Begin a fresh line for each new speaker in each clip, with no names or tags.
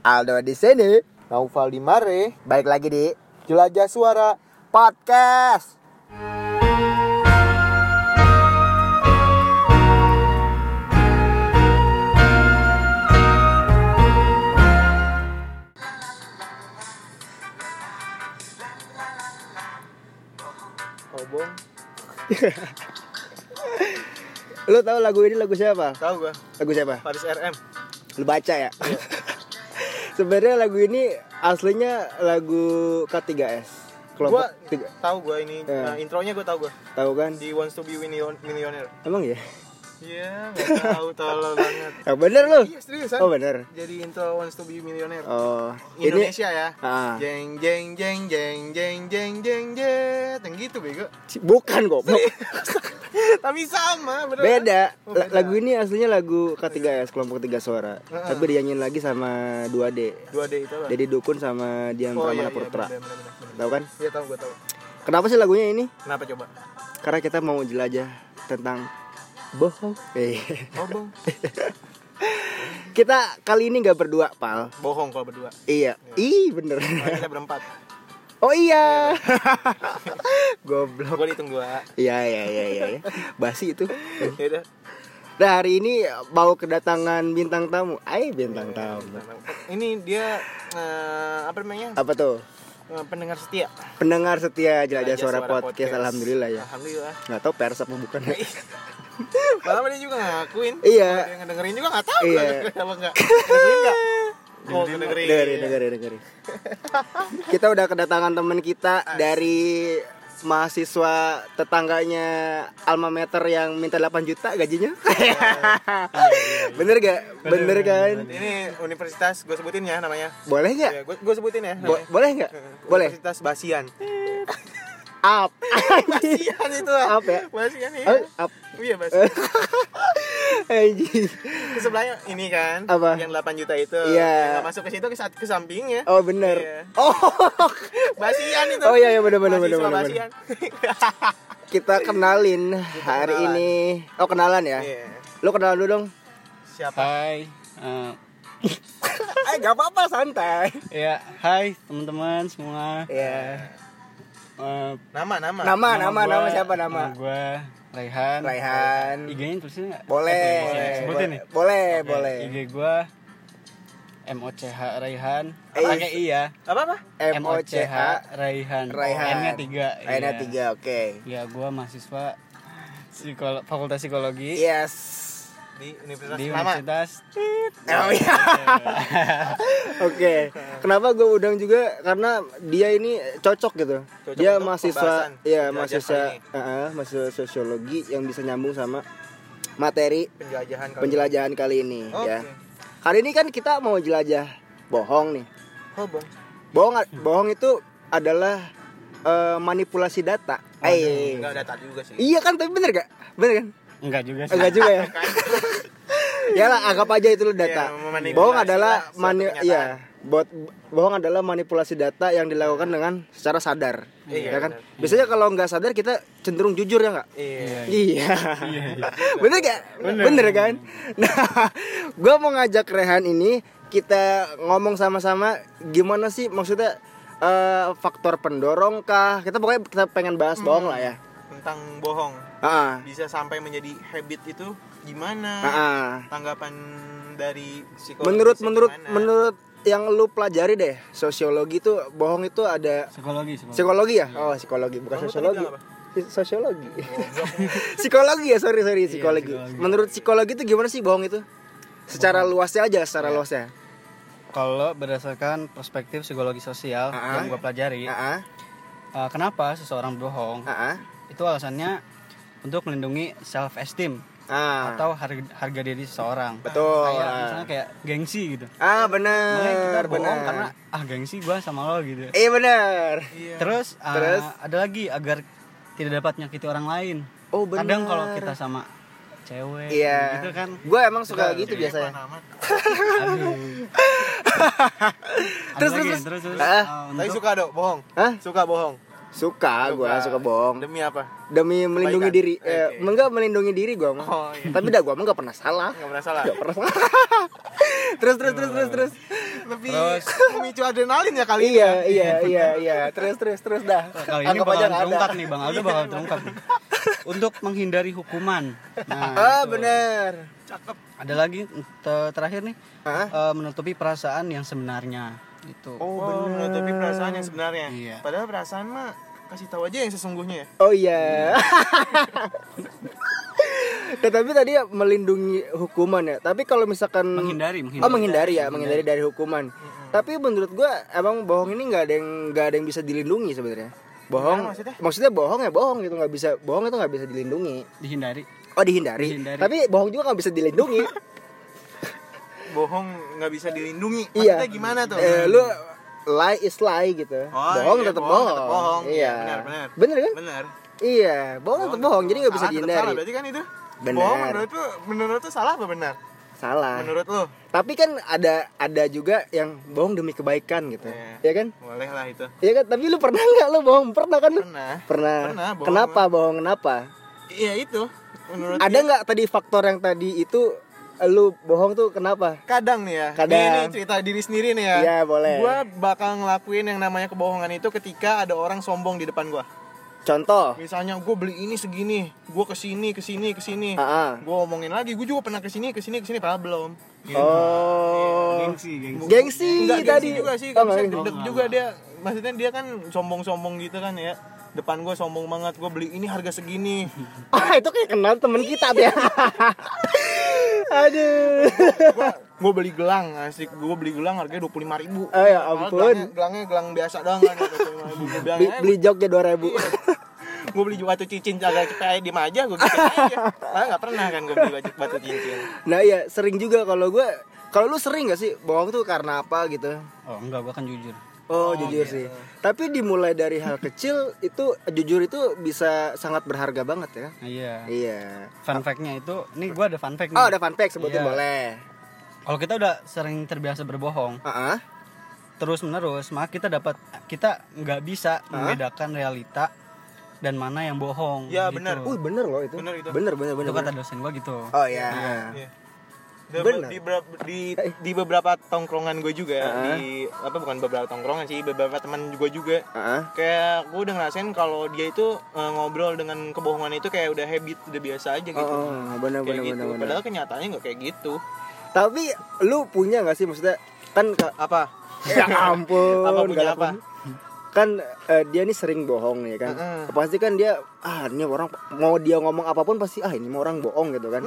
Aldo di sini.
Naufal di Mare,
Balik lagi di
jelajah suara.
podcast.
Obong.
Lu tahu lagu ini lagu siapa?
Tahu gua,
Lagu siapa?
Paris RM.
Lu baca ya.
Iya.
Sebenarnya lagu ini aslinya lagu K3S. Kelompok
Gua- Iya.
tiga.
Tahu gua ini.
Eh.
Nah, intronya gua tahu gua.
Tahu kan?
Di Wants to be Million- Millionaire.
Emang ya?
Iya, nggak tahu tolol banget.
Ya bener lu.
Iya, seriusan.
Oh bener.
Jadi intro Wants to be Millionaire.
Oh, ini
Indonesia ya.
Ah.
Jeng jeng jeng jeng jeng jeng jeng jeng jeng gitu bego.
bukan goblok.
Tapi sama, bener. kan?
Beda.
Iya.
La-
Oh, beda.
Lagu ini aslinya lagu K3S kelompok tiga suara.
Heeh.
Tapi dinyanyiin lagi sama 2D.
2D itu lah.
Jadi dukun sama Dian
Oh
Pramana
iya, iya,
Putra.
bener, bener, bener, bener.
Tahu kan?
Iya, tahu gua tahu.
Kenapa sih lagunya ini?
Kenapa coba?
Karena kita mau jelajah tentang bohong. Eh,
Obong.
kita kali ini nggak berdua, Pal.
Bohong kalau berdua.
Iya. Ih, bener.
Kalau kita berempat.
Oh iya. Goblok.
Gua dihitung dua.
Iya, iya, iya, iya. iya. Basi itu.
Ya udah.
Nah, hari ini mau kedatangan bintang tamu. Ay, bintang tamu.
Ini dia eh, apa namanya?
Apa tuh?
Eh, pendengar setia.
Pendengar setia jelajah
Raja
suara, podcast. alhamdulillah ya.
Alhamdulillah.
Nggak tahu pers apa bukan.
Malah dia juga ngakuin.
Iya.
Kalau Dia ngedengerin juga nggak tahu.
Iya.
Kalau nggak dengerin nggak? Oh, dengerin.
Dengerin, dengerin, dengerin. kita udah kedatangan teman kita dari mahasiswa tetangganya alma mater yang minta 8 juta gajinya. Iya, Bener gak? Bener kan?
Ini universitas gue sebutin ya namanya.
Boleh gak?
Ya, gue gue sebutin ya.
Iya. Bo-
namanya.
boleh gak? Boleh.
Universitas Basian.
Up. Iya.
Basian itu lah.
Up ya?
Basian ya.
Up.
Iya Basian.
Anjing.
Di sebelahnya ini kan.
Apa?
Yang 8 juta itu.
Iya.
Yang nggak masuk ke situ ke, sa- ke sampingnya.
Oh bener.
Iya.
Oh.
Basian itu.
Oh, iya, iya, bener, bener, bener,
Mahasiswa
bener,
Basian.
Kita kenalin hari
kenalan.
ini. Oh kenalan ya?
Iya.
Lo kenalan dulu dong.
Siapa?
Hai, eh,
Eh gak apa-apa santai.
ya, hai teman-teman semua.
Iya.
Eh,
Nama nama.
Nama, nama,
gua-
nama siapa nama?
gue Raihan.
Raihan.
IG-nya tulisnya nggak?
Boleh.
Eh, tulisnya. Sebutin nih. Ya,
Boleh,
Oke,
boleh.
IG gue M O C H Raihan.
Eh,
Pakai I ya.
Apa apa?
M O C H
Raihan. Oh,
Raihan.
N-nya tiga.
N-nya
iya.
tiga, oke.
Ya, gue mahasiswa psikolo- Fakultas Psikologi
Yes.
Di universitas
di
lama.
Universitas.
Oh iya. Oke. Kenapa gue undang juga? Karena dia ini cocok gitu.
Cocok
dia
untuk
mahasiswa,
pembahasan
ya
jelajah
mahasiswa,
kali ini.
Heeh, mahasiswa sosiologi yang bisa nyambung sama materi
Penjelajahan. kali.
penjelajahan kali ini
gitu. Oke.
ya. Kali ini kan kita mau jelajah bohong nih.
Oh, Bang.
Bohong, bohong itu adalah eh, manipulasi data. Eh,
Enggak ada tadi juga sih.
Iya kan tapi bener gak? Bener kan?
Enggak juga sih.
Enggak juga ya. ya lah anggap aja itu lu data.
Iya, memanipulasi
bohong adalah
lah suatu
mani
kenyataan.
iya, buat bohong adalah manipulasi data yang dilakukan dengan secara sadar.
Iya,
ya kan?
benar.
Biasanya kalau nggak sadar kita cenderung jujur ya nggak?
Iya.
Iya. Bener gak? Bener, kan? Nah, gue mau ngajak Rehan ini kita ngomong sama-sama gimana sih maksudnya eh, faktor pendorong kah? Kita pokoknya kita pengen bahas bohong lah ya.
Tentang bohong.
Heeh.
Bisa sampai menjadi habit itu gimana?
Heeh.
Tanggapan dari psikologi
Ah, Menurut
sih
menurut
gimana?
menurut yang lu pelajari deh, sosiologi itu bohong itu ada
Psikologi, psikologi.
psikologi ya? Oh, psikologi bukan
Kamu tadi
sosiologi.
bilang apa?
Si- Sosiologi. psikologi ya, sorry sorry, psikologi.
Oh, Iya, psikologi.
Menurut psikologi itu gimana sih bohong itu? Secara luasnya aja, secara
Iya.
luasnya.
Kalau berdasarkan perspektif psikologi sosial
Ah. ah,
yang gue pelajari,
Heeh.
Uh, kenapa seseorang berbohong?
Heeh.
Itu alasannya untuk melindungi self esteem
Ah.
atau harga, harga diri seseorang.
Betul.
Kayak
Ah.
misalnya kayak gengsi gitu.
Ah,
Makanya kita
benar,
bohong
benar.
karena ah gengsi gua sama lo gitu.
Iya benar.
Iya.
Terus, uh,
Terus?
ada lagi agar tidak dapat menyakiti orang lain.
Oh, benar.
Kadang kalau kita sama cewek
Iya.
gitu kan.
Gue emang suka gitu biasanya.
Mana amat.
Aduh. Ada
Terus,
lagi,
terus, terus.
terus,
Ah.
uh,
Tapi
untuk-
suka dong bohong.
Hah?
Suka bohong.
Suka gue, suka bohong.
Demi apa?
Demi melindungi
Kebaikan.
diri. Eh,
Oke.
enggak melindungi diri gue mah.
Oh, iya.
Tapi dah gue mah gak pernah salah.
Enggak merasa lah.
Gak pernah salah. terus terus terus terus terus.
lebih
Terus.
memicu adrenalin ya kali
iya
ini
iya iya iya terus terus terus dah
Kali ini bakal terungkap nih Bang Aldo bakal terungkap nih. Untuk menghindari hukuman. Nah,
ah bener
ada lagi te- terakhir nih
Hah?
eh, menutupi perasaan yang sebenarnya gitu. itu.
oh benar tapi perasaan yang sebenarnya
Iya.
padahal perasaan mah kasih tahu aja yang sesungguhnya ya
oh iya tetapi tadi ya melindungi hukuman ya tapi kalau misalkan
Menghindari, menghindari.
oh menghindari ya menghindari dari hukuman tapi menurut gua emang bohong ini nggak ada yang nggak ada yang bisa dilindungi sebenarnya bohong
Gimana maksudnya?
maksudnya bohong ya bohong gitu nggak bisa bohong itu nggak bisa dilindungi
Dihindari.
oh dihindari,
Dihindari.
tapi bohong juga nggak bisa dilindungi
bohong nggak bisa dilindungi
Iya.
maksudnya gimana tuh
eh, lu lie is lie gitu
Oh,
bohong
iya,
tetap
bohong
bohong,
tetap bohong. Iya,
iya
benar, benar.
bener kan
benar
iya bohong tetap bohong jadi nggak Iya, bisa
Salah tetap
dihindari
salah berarti kan itu
Benar.
bohong menurut lu menurut lu salah apa benar
salah
menurut lu
tapi kan ada ada juga yang bohong demi kebaikan gitu
Iya.
ya kan
boleh lah itu
Iya kan tapi lu pernah nggak lu bohong pernah kan lu
pernah
pernah,
Pernah, bohong.
kenapa bohong kenapa
iya itu menurut
ada nggak tadi faktor yang tadi itu lu bohong tuh kenapa
kadang nih ya
Kadang.
ini, ini cerita diri sendiri nih ya
Iya, boleh.
gue bakal ngelakuin yang namanya kebohongan itu ketika ada orang sombong di depan gue
contoh
misalnya gue beli ini segini gue kesini kesini kesini
Ah, ah.
gue omongin lagi gue juga pernah kesini kesini kesini padahal belum
oh
Gengsi, gengsi.
gengsi
Enggak
tadi
gengsi juga sih
Oh,
kalau
nggak
misalnya
gengsi.
gede juga dia maksudnya dia kan sombong-sombong gitu kan ya depan gue sombong banget gue beli ini harga segini
Ah itu kayak kenal temen kita tuh ya. Aduh.
gue beli gelang asik gue beli gelang harganya dua puluh lima ribu
Ah, ya ampun.
gelangnya, gelangnya gelang biasa doang kan gue bilang
Beli, beli jognya dua ribu. Iya.
gue beli batu cincin agak cepet diem aja gue gitu aja Padahal nggak pernah kan gue beli batu- batu cincin
Nah iya sering juga kalau gue kalau lu sering gak sih bohong tuh karena apa gitu?
Oh, enggak gua kan jujur.
Oh, jujur sih. Tapi dimulai dari hal kecil itu jujur itu bisa sangat berharga banget ya.
Nah, iya.
Iya.
Fun fact-nya itu, nih gua ada fun fact nih.
Oh ada fun fact sebutin
Iya.
boleh.
Kalau kita udah sering terbiasa berbohong,
Ah, ah.
terus menerus maka kita dapat kita nggak bisa membedakan realita dan mana yang bohong
Ya,
gitu.
Hmm.
benar.
Wih bener loh itu.
Bener itu.
Bener bener
itu
bener. bener.
kata dosen gua gitu
Oh iya.
Iya.
Bener.
Di, ber- di, di beberapa tongkrongan gue juga di apa bukan beberapa tongkrongan sih beberapa teman gue juga
Ah, ah.
kayak gue udah ngerasain kalau dia itu eh, ngobrol dengan kebohongan itu kayak udah habit udah biasa aja
Oh,
gitu
oh, bener
kayak
bener
gitu
bener bener.
padahal kenyataannya nggak kayak gitu
Tapi lu punya gak sih maksudnya kan ka-
apa
ya ampun
Apa punya
galak
apa?
banget. kan eh, dia nih sering bohong ya kan pasti kan dia ah ini orang mau dia ngomong apapun pasti ah ini mah orang bohong gitu kan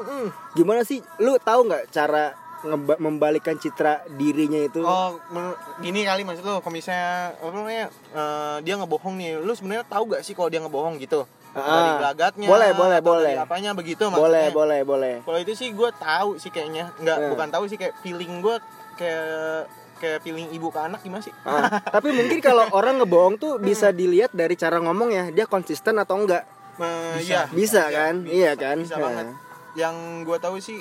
gimana sih lu tahu nggak cara ngeba- membalikan citra dirinya itu
Oh, menur- gini kali maksud lo, kalau misalnya apa namanya eh, dia ngebohong nih, lu sebenarnya tahu gak sih kalau dia ngebohong gitu? Atau
Ah.
dari gelagatnya,
Boleh, boleh,
atau dari
boleh.
apanya begitu
boleh
maksudnya?
boleh boleh
Kalau itu sih gue tahu sih kayaknya, nggak
Eh.
bukan tahu sih kayak feeling gue kayak kayak feeling ibu ke anak gimana sih?
Ah, tapi mungkin kalau orang ngebohong tuh bisa dilihat dari cara ngomong ya dia konsisten atau enggak
Eh,
Bisa.
iya.
bisa
Iya,
kan
bisa,
iya kan
bisa
Nah.
banget. Yang gue tahu sih,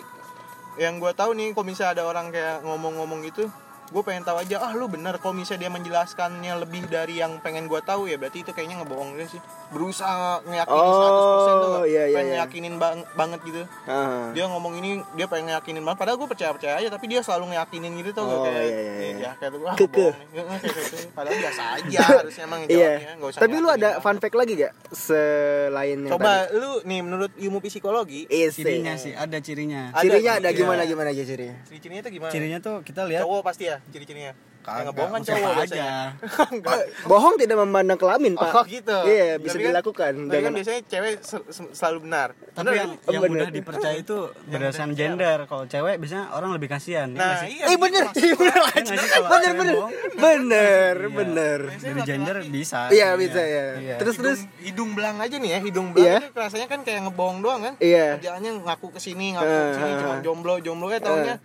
yang gue tahu nih kalau misalnya ada orang kayak ngomong-ngomong gitu, gue pengen tahu aja ah lu bener kalau misalnya dia menjelaskannya lebih dari yang pengen gue tahu ya berarti itu kayaknya ngebohongin sih berusaha ngeyakinin
Oh, iya,
100% tuh
iya,
pengen
iya.
ngeyakinin bang- banget gitu
Ah.
dia ngomong ini dia pengen ngeyakinin banget padahal gue percaya percaya aja tapi dia selalu ngeyakinin gitu tau gak
Oh,
kayak
iya, iya, iya.
ya kayak tuh ah,
Keke.
bohong nih. Heeh, kayak gitu. padahal biasa aja harusnya emang jawabnya,
Iya.
nggak usah
Tapi lu
ngeyakinin
ada
banget.
fun fact lagi gak selain yang
coba
tadi? Eh.
lu nih menurut ilmu psikologi
Isi.
cirinya sih Iya. ada cirinya
iya. Ada
Cirinya ada
cirinya.
gimana gimana aja cirinya?
ciri-cirinya itu gimana
cirinya tuh kita lihat
cowok pasti ya ciri-cirinya yang
Kagak,
ngebohong kan
siapa
cowok
aja.
biasanya Enggak.
Bohong tidak memandang kelamin, Pak.
oh gitu
Iya, bisa
Tapi kan-
dilakukan.
tapi kan
Jangan.
biasanya cewek se- se- selalu benar
tapi yang,
kan?
yang
Bener.
mudah dipercaya itu iya. berdasarkan gender kalau cewek biasanya orang lebih kasihan ya nggak
nah
sih?
iya
Eh bener, Iya, bener aja.
nggak sih kalau
Bener
cewek
bener,
bohong?
bener
iya.
bener.
dari gender bisa
Iya bisa ya.
Iya.
Terus
hidung,
terus,
hidung belang aja nih ya hidung belang
Iya.
itu rasanya kan kayak ngebohong doang kan
Iya.
kerjaannya ngaku kesini ngaku kesini
Eh,
cuma
eh.
jomblo jomblo ya taunya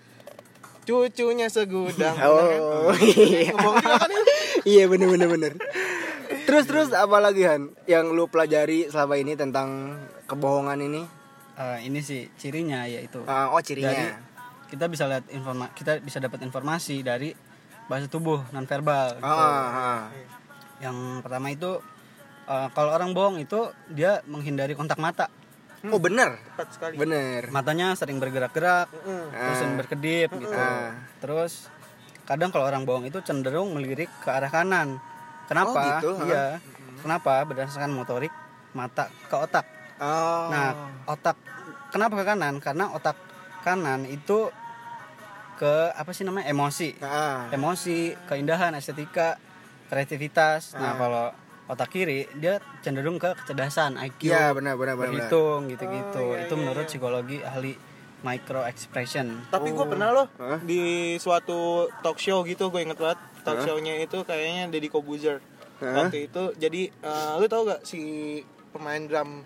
cucunya segudang
Oh,
Bener kan?
iya.
ngebohong juga kan itu
iya bener bener bener. Terus terus apa lagi Han yang lu pelajari selama ini tentang kebohongan ini?
Eh, ini sih cirinya yaitu
Ah, oh
dari
cirinya.
kita bisa lihat informa kita bisa dapat informasi dari bahasa tubuh non verbal
Ah, ah, ah.
Yang pertama itu eh, kalau orang bohong itu dia menghindari kontak mata.
Oh bener,
Tepat sekali
bener.
Matanya sering bergerak-gerak, terus sering berkedip gitu.
Ah.
Terus kadang kalau orang bohong itu cenderung melirik ke arah kanan. Kenapa?
gitu, ha?
iya. Kenapa? Berdasarkan motorik mata ke otak.
Oh.
Nah, otak kenapa ke kanan? Karena otak kanan itu ke apa sih namanya? emosi.
Nah,
Emosi, keindahan, estetika, kreativitas.
Ah.
Nah, kalau otak kiri dia cenderung ke kecerdasan, IQ,
iya benar benar benar. benar.
berhitung gitu-gitu.
Oh, iya,
itu menurut psikologi ahli micro expression.
Tapi gue pernah loh
Oh. Hah?
di suatu talk show gitu gue inget banget talk show-nya itu kayaknya Deddy Kobuzer
Hah?
waktu itu jadi eh, lu tau gak si pemain drum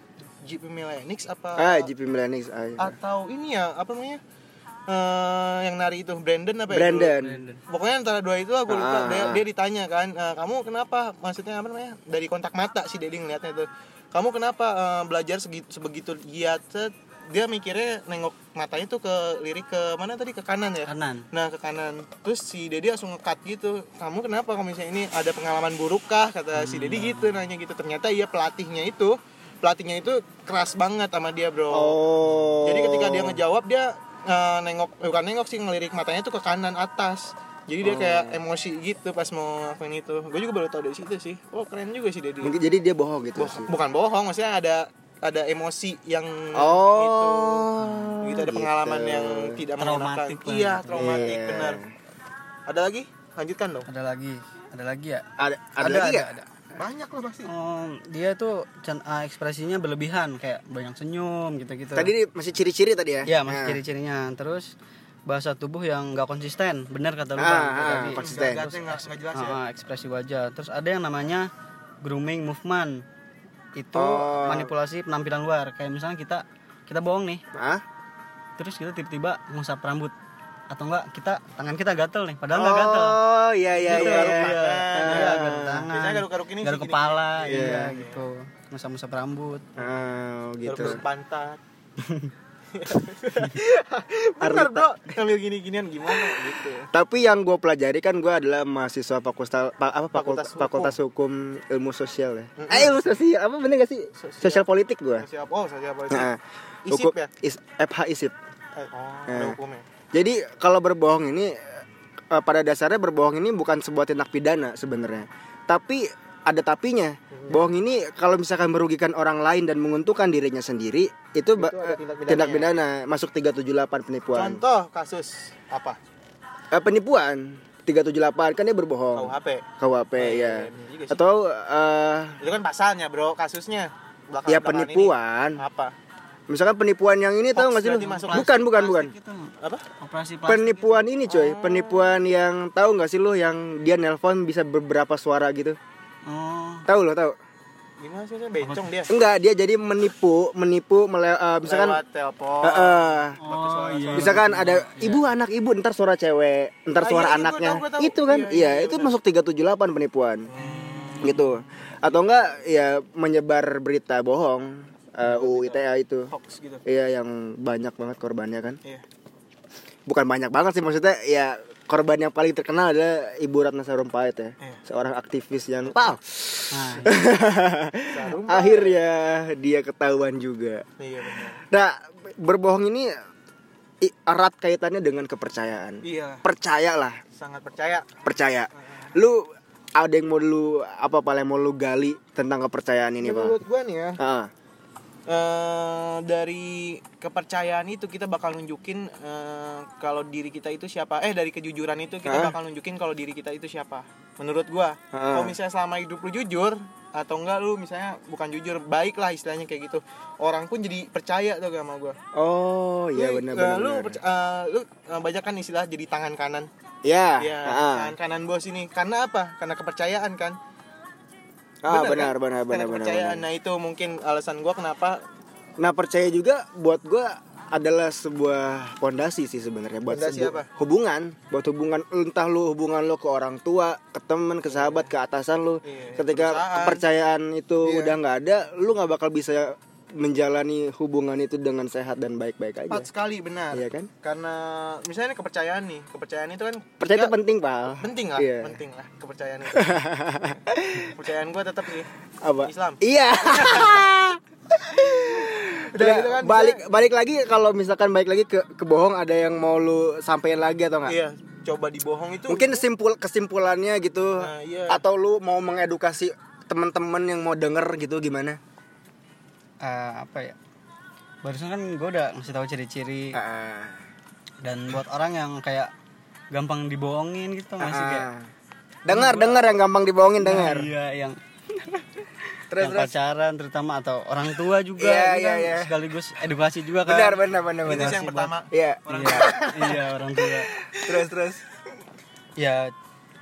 GP Millenix apa
Ah, GP Millenix. Ah, iya.
atau ini ya apa namanya Eh, yang nari itu Brandon apa ya
Brandon.
dulu? pokoknya antara dua itu aku
Ah.
lupa dia, dia ditanya kan "Eh, kamu kenapa maksudnya apa namanya dari kontak mata si Deddy ngeliatnya itu kamu kenapa eh, belajar segi- sebegitu giat Set, dia mikirnya nengok matanya tuh ke lirik ke mana tadi ke kanan ya
Kanan.
Nah ke kanan Terus si Dedi langsung ngekat gitu Kamu kenapa kalau misalnya ini ada pengalaman buruk kah Kata si
Hmm.
Dedi gitu nanya gitu Ternyata iya pelatihnya itu Pelatihnya itu keras banget sama dia bro
Oh.
Jadi ketika dia ngejawab dia eh, nengok eh, Bukan nengok sih ngelirik matanya tuh ke kanan atas Jadi dia kayak
Oh.
emosi gitu pas mau ngakuin itu Gue juga baru tau dari situ sih Oh keren juga sih Dedi
mungkin jadi dia bohong gitu sih.
Bukan bohong maksudnya ada ada emosi yang gitu
Oh.
gitu ada pengalaman yang tidak menyenangkan
Traumatik lah.
iya traumatik
Iya.
benar ada lagi lanjutkan dong
Ada lagi, ada lagi ya.
ada ada, lagi nggak?
ada.
banyak loh pasti
Em, dia tuh cen- eh, ekspresinya berlebihan kayak banyak senyum gitu-gitu.
Tadi ini masih ciri-ciri tadi ya?
ya mas
Nah.
ciri-cirinya. Terus bahasa tubuh yang nggak konsisten, benar kata lu
Ah,
Bang,
ah,
tadi.
konsisten.
Gagatnya nggak nggak jelas ya
Ah, ekspresi wajah. Terus ada yang namanya grooming movement. Itu
Oh.
manipulasi penampilan luar. Kayak misalnya kita kita bohong nih,
Hah?
terus kita tiba-tiba ngusap rambut atau enggak kita tangan kita gatel nih, padahal Kan nggak gatel.
Oh, iya iya
Gitu,
iya.
garuk
iya.
tangan, iya, garuk tangan.
Biasanya garuk-garuk ini
garuk
gini-gini.
kepala,
Iya.
iya gitu. Ngusap-ngusap rambut.
Ah,
Terus
gitu.
pantat benar bro ngambil gini ginian gimana gitu
Tapi yang gue pelajari kan gue adalah mahasiswa fakultas pa- apa fakultas,
Fakultas Hukum.
fakultas hukum ilmu sosial ya. Eh ilmu sosial apa bener gak sih?
Sosial.
Sosial, politik gue.
siapa oh siapa itu
Nah,
Isip
hukum-
ya?
is, FH isip.
Eh, oh ada
Eh.
hukumnya
Jadi kalau berbohong ini eh, pada dasarnya berbohong ini bukan sebuah tindak pidana sebenarnya. Tapi ada tapinya.
Iya.
Bohong ini kalau misalkan merugikan orang lain dan menguntungkan dirinya sendiri itu, ba- eh,
ada tindak
tindak, pidana
pidananya. ya?
masuk 378 penipuan.
contoh kasus apa
Eh, penipuan 378 kan dia berbohong.
KUHP
KUHP
iya,
ya.
bener juga sih.
Atau eh,
itu kan pasalnya bro kasusnya Belakangan-
ya
belakangan ini.
penipuan.
apa
Misalkan penipuan yang ini tahu nggak sih lu?
berarti masuk
Bukan, bukan, bukan.
apa
gitu, Operasi plastik.
Penipuan ini
Ah.
coy, penipuan yang tahu nggak sih lu yang dia nelpon bisa beberapa suara gitu.
Oh,
Tahu lo, tahu.
gimana sih bencong dia
Enggak, dia jadi menipu, menipu mele- eh, misalkan
lewat telepon
eh, eh,
oh iya.
misalkan ada ibu anak ibu ntar suara cewek, ntar
Ah,
suara
iya, iya,
anaknya.
gua tahu, gua tahu. Hmm.
Itu kan?
Iya,
Iya,
iya,
itu masuk 378 penipuan. Gitu. Atau enggak ya menyebar berita bohong eh, UU ITE itu.
hoax gitu
Iya, yang banyak banget korbannya kan.
iya
bukan banyak banget sih maksudnya ya korban yang paling terkenal adalah Ibu Ratna Sarumpait ya
Iya.
seorang aktivis yang Wow.
Nah,
akhirnya dia ketahuan juga
iya benar
nah berbohong ini i- erat kaitannya dengan kepercayaan
iya
percayalah
sangat percaya
percaya lu ada yang mau lu apa paling mau lu gali tentang kepercayaan ini pak
menurut gua nih ya
ah
eh, dari kepercayaan itu kita bakal nunjukin eh, kalau diri kita itu siapa eh dari kejujuran itu kita
Hah?
bakal nunjukin kalau diri kita itu siapa menurut gua
Hah.
kalau misalnya selama hidup lu jujur atau enggak lu misalnya bukan jujur baik lah istilahnya kayak gitu orang pun jadi percaya tuh sama gua
oh iya
Lu,
benar
eh,
benar
lu
benar.
perc- eh, lu eh, banyak kan istilah jadi tangan kanan
ya
Iya,
ah.
tangan kanan bos ini. Karena apa? Karena kepercayaan kan.
ah
kan?
benar benar benar
Karena
benar
kepercayaan.
benar.
Nah, itu mungkin alasan gua kenapa
Nah percaya juga buat gua adalah sebuah pondasi sih sebenarnya buat
Pondasi
sebu-
apa?
hubungan, buat hubungan entah lu hubungan lu ke orang tua, ke temen, ke sahabat, ke atasan lu.
Iya,
Ketika
perusahaan.
kepercayaan itu
Iya.
udah nggak ada, lu nggak bakal bisa menjalani hubungan itu dengan sehat dan baik-baik aja.
tepat sekali benar.
Iya kan?
Karena misalnya kepercayaan nih. Kepercayaan itu kan
Percaya itu
nggak-
penting, Pak.
penting lah,
Iya.
penting lah kepercayaan itu. kepercayaan gua tetap sih
Apa?
Islam.
Iya.
Udah
Nah,
gitu kan,
balik balik lagi kalau misalkan balik lagi ke kebohong ada yang mau lu sampein lagi atau nggak?
Iya, coba dibohong itu
Nah. mungkin simpul kesimpulannya gitu
Nah, iya.
atau lu mau mengedukasi teman-teman yang mau denger gitu gimana
Eh, apa ya barusan kan gue udah ngasih tahu ciri-ciri
Nah,
Ah,
dan buat orang yang kayak gampang dibohongin gitu masih
ah.
kayak
dengar dengar yang gampang dibohongin dengar
Nah,
iya yang,
terus
iya.
yang
terus
pacaran terutama atau orang tua juga
Iya,
gitu
iya,
kan.
iya.
sekaligus edukasi juga kan
benar benar benar
itu
benar
sih yang pertama
Iya.
iya iya orang tua
terus terus
ya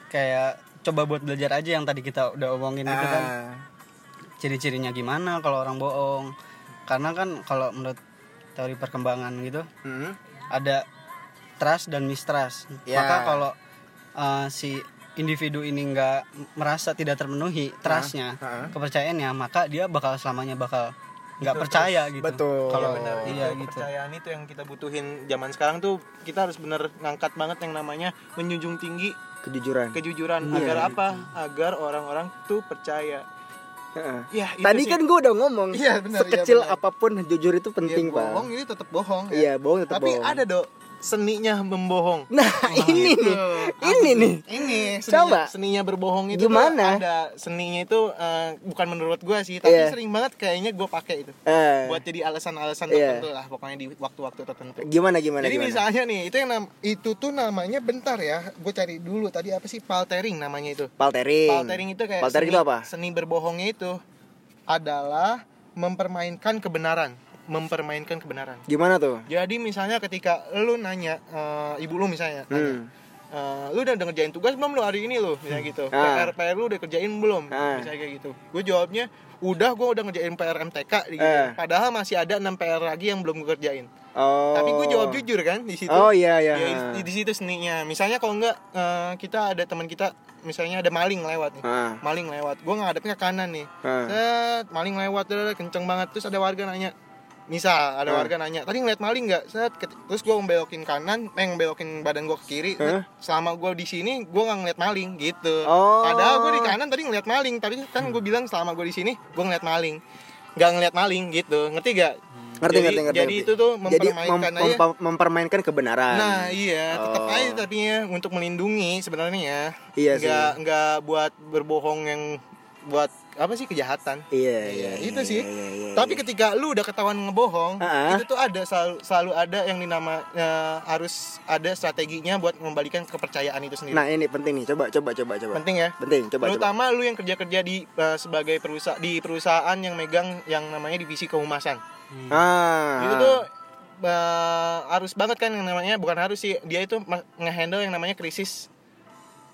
kayak coba buat belajar aja yang tadi kita udah omongin gitu kan
Ah.
ciri-cirinya gimana kalau orang bohong karena kan kalau menurut teori perkembangan gitu
Hmm.
ada trust dan mistrust.
Ya.
Maka kalau uh, si individu ini nggak merasa tidak terpenuhi trustnya,
ha.
kepercayaannya, maka dia bakal selamanya bakal nggak percaya gitu.
Betul.
Kalau
Benar,
iya
Itu
gitu.
kepercayaan itu yang kita butuhin zaman sekarang tuh kita harus bener ngangkat banget yang namanya menjunjung tinggi
kejujuran
kejujuran
Iya,
agar
iya.
apa agar orang-orang tuh percaya
Heeh.
ya itu
tadi
sih.
kan gue udah ngomong
Iya, benar, iya,
sekecil
benar.
apapun jujur itu
Ya,
penting pak
bohong ini tetap bohong ya.
iya bohong tetap
tapi
bohong.
ada dok seninya membohong
nah ini nih ini nih
ini
Coba.
seninya, seninya berbohong itu tuh
Gimana?
ada seninya itu eh, bukan menurut gue sih tapi
Iya.
sering banget kayaknya gue pakai itu
Eh,
buat jadi alasan-alasan
Iya.
tertentu lah pokoknya di waktu-waktu tertentu
gimana gimana
Jadi
gimana?
misalnya nih, itu yang nam- itu tuh namanya bentar ya. Gue cari dulu tadi apa sih paltering namanya itu.
paltering
Paltering itu kayak
Iya. paltering
seni,
itu apa
seni berbohongnya itu adalah mempermainkan kebenaran, mempermainkan kebenaran.
gimana tuh
Jadi misalnya ketika lu nanya eh, ibu lu misalnya,
Hmm.
nanya, eh, lu udah, udah ngerjain tugas belum lu hari ini lu misalnya gitu.
Ah.
PR PR lu udah kerjain belum?
Ah.
Misalnya kayak gitu. Gue jawabnya udah gue udah ngerjain PR MTK gitu.
Eh.
Padahal masih ada 6 PR lagi yang belum gue kerjain.
oh
Tapi gue jawab jujur kan di situ.
oh iya iya
Ya, di, di situ seninya. Misalnya kalau enggak eh, kita ada teman kita misalnya ada maling lewat nih.
Ah.
Maling lewat. Gue ngadepnya ke kanan nih.
Ah.
Set, maling lewat dadadada, kenceng banget terus ada warga nanya. Misal
Nah.
ada warga nanya, "Tadi ngeliat maling nggak?" Set, ket- terus gue membelokin kanan, eh membelokin badan gue ke kiri.
Hah?
Selama gue di sini gue nggak ngeliat maling gitu.
Oh.
Padahal gue di kanan tadi ngeliat maling, tapi kan gue bilang selama gue di sini gue ngeliat maling. Gak ngeliat maling gitu. Ngerti gak?
ngerti
jadi,
ngerti ngerti
Jadi
ngerti.
itu tuh
Jadi
mempermainkan
mem-
aja.
mempa- mempermainkan kebenaran
Nah iya tetap
Oh.
aja tapi ya untuk melindungi sebenarnya ya.
Iya sih.
nggak nggak buat berbohong yang buat apa sih kejahatan.
iya iya
Iya,
iya,
itu sih.
iya, iya, iya.
Tapi ketika lu udah ketahuan ngebohong,
Ah.
itu tuh ada selalu selalu ada yang dinama eh, harus ada strateginya buat mengembalikan kepercayaan itu sendiri.
nah ini penting nih coba coba coba coba
Penting ya.
penting coba coba
Terutama lu yang kerja-kerja di eh, sebagai perusahaan di perusahaan yang megang yang namanya divisi kehumasan.
ah
itu tuh eh, harus banget kan yang namanya bukan harus sih dia itu ma- ngehandle yang namanya krisis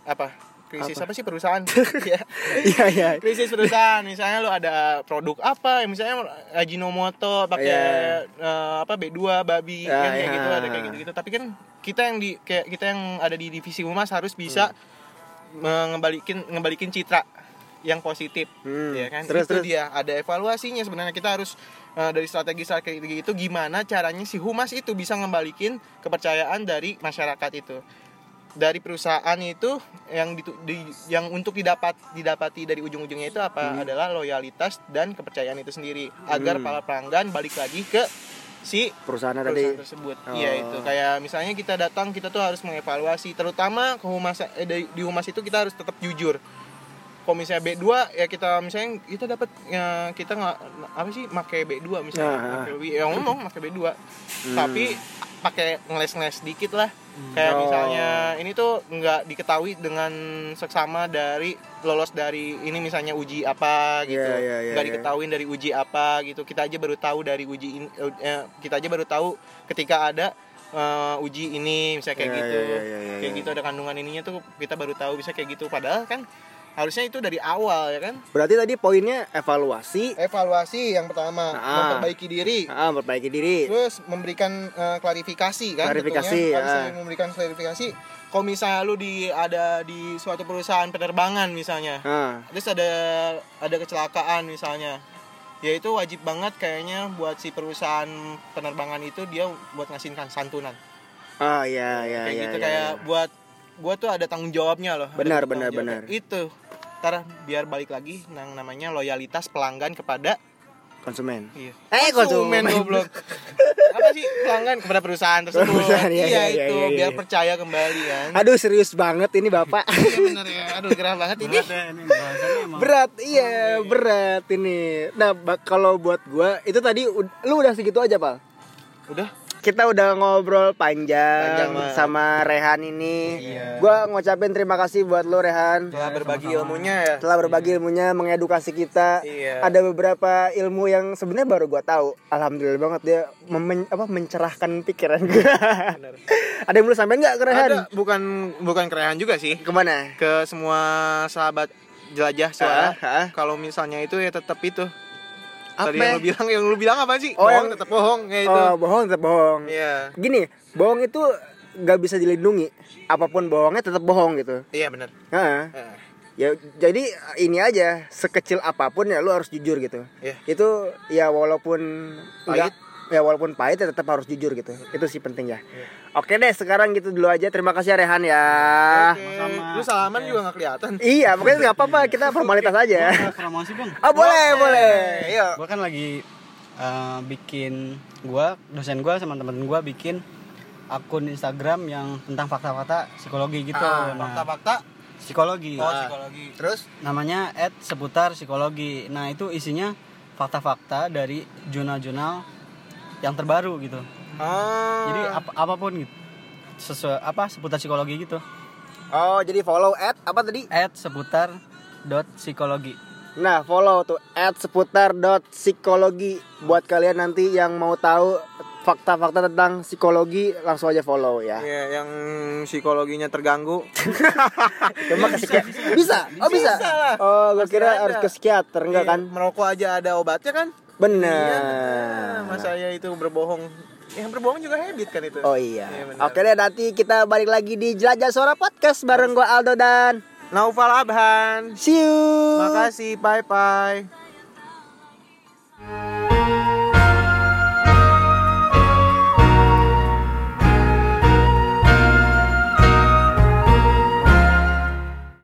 apa krisis apa, sih perusahaan ya
iya iya
krisis perusahaan misalnya lu ada produk apa ya misalnya Ajinomoto pakai
Iya.
eh, apa B2 babi
Ya,
kan kayak
iya.
gitu ada kayak gitu-gitu tapi kan kita yang di kayak kita yang ada di divisi humas harus bisa
Hmm.
mengembalikin ngembalikin citra yang positif
Hmm.
ya kan
Terus,
itu
terus.
dia ada evaluasinya sebenarnya kita harus eh, dari strategi-strategi itu gimana caranya si humas itu bisa ngembalikin kepercayaan dari masyarakat itu dari perusahaan itu yang ditu- di- yang untuk didapat didapati dari ujung-ujungnya itu
Hmm.
apa adalah loyalitas dan kepercayaan itu sendiri agar para pelanggan balik lagi ke si
perusahaan
perusahaan
tadi
tersebut.
Oh.
Iya itu kayak misalnya kita datang kita tuh harus mengevaluasi terutama ke humas eh, dari- di humas itu kita harus tetap jujur. Kalau misalnya B2 ya kita misalnya kita dapat ya, kita nggak apa sih pakai B2 misalnya
Ah, Hmm. ah.
pakai Wi- ya ngomong pakai B2. Tapi pakai ngeles-ngeles dikit lah. Kayak
Oh.
misalnya ini tuh nggak diketahui dengan seksama dari lolos dari ini misalnya uji apa gitu.
Iya, iya, iya,
nggak
iya.
diketahui ketahuin dari uji apa gitu kita aja baru tahu dari uji ini eh, kita aja baru tahu ketika ada eh, uji ini misalnya kayak
Ya,
gitu
ya, ya, ya, ya,
kayak
ya.
gitu ada kandungan ininya tuh kita baru tahu bisa kayak gitu padahal kan harusnya itu dari awal ya kan
berarti tadi poinnya evaluasi
evaluasi yang pertama
Ah.
memperbaiki diri
ah memperbaiki diri
terus memberikan eh, klarifikasi kan
Klarifikasi,
tentunya.
ya.
harus saling memberikan klarifikasi kalau misalnya lu di ada di suatu perusahaan penerbangan misalnya
ah
terus ada ada kecelakaan misalnya ya itu wajib banget kayaknya buat si perusahaan penerbangan itu dia buat ngasihin kan- santunan
ah ya ya
kayak
ya,
gitu
ya,
kayak
ya.
buat gua tuh ada tanggung jawabnya loh Ada
Benar,
tanggung
benar,
jawabnya.
benar.
itu ntar biar balik lagi yang namanya loyalitas pelanggan kepada
konsumen
iya.
Eh, konsumen.
goblok apa sih pelanggan kepada perusahaan tersebut
Perusahaan, iya,
iya,
iya, iya,
itu
iya, iya.
biar percaya kembali kan
Aduh serius banget ini bapak.
iya bener ya aduh gerah banget ini
Berat ya ini bahasannya emang.
berat
Oh,
iya berat ini. Nah bak- kalau buat gua itu tadi ud- lu udah segitu aja pal.
udah
Kita udah ngobrol panjang,
Panjang banget. Iya.
sama Rehan ini. Gua ngucapin terima kasih buat lu Rehan.
telah berbagi ilmunya ya
telah berbagi ilmunya mengedukasi kita
Iya.
ada beberapa ilmu yang sebenarnya baru gua tahu alhamdulillah banget dia memen- apa mencerahkan pikiran gua ada yang belum sampein nggak kerehan
ada bukan bukan kerehan juga sih
kemana
ke semua sahabat jelajah suara
Ah, ah.
kalau misalnya itu ya tetap itu
Apa? ya?
tadi yang lu bilang yang lu bilang apa sih
Oh,
bohong
yang-
tetap bohong ya itu
oh bohong tetap bohong
iya
gini bohong itu nggak bisa dilindungi apapun bohongnya tetap bohong gitu
iya bener
Heeh.
Eh,
ya jadi ini aja sekecil apapun ya lu harus jujur gitu
Iya.
itu ya walaupun
Pahit.
nggak- ya walaupun pahit Iya. ya tetap harus jujur gitu itu sih pentingnya oke deh sekarang gitu dulu aja terima kasih ya Rehan ya
Oke, lu salaman juga gak kelihatan
iya pokoknya nggak apa-apa kita formalitas aja
Boleh promosi bang
oh boleh boleh yuk
Iya.
gue kan lagi eh, bikin gue dosen gue sama temen gue bikin akun Instagram yang tentang fakta-fakta psikologi gitu Nah,
fakta-fakta
Iya.
psikologi
Ah, oh psikologi terus
namanya at seputar psikologi nah itu isinya fakta-fakta dari jurnal-jurnal yang terbaru gitu
ah
jadi ap- apapun gitu sesuai apa seputar psikologi gitu
oh jadi follow at apa tadi
at seputar dot psikologi
Nah, follow tuh at seputar dot psikologi buat kalian nanti yang mau tahu fakta-fakta tentang psikologi langsung aja follow ya.
Iya, yang psikologinya terganggu
Cuma ke psikiater. Bisa. Oh, bisa.
Bisa lah.
Oh, gue
Pasti
kira
ada.
harus ke psikiater enggak
Iya,
kan?
merokok aja ada obatnya kan
Bener.
masa ya itu berbohong yang berbohong juga habit kan itu
Oh iya.
Iya, bener.
Oke deh nanti kita balik lagi di Jelajah Suara Podcast bareng gue Aldo dan
Naufal Abhan
see you.
Makasih, bye bye.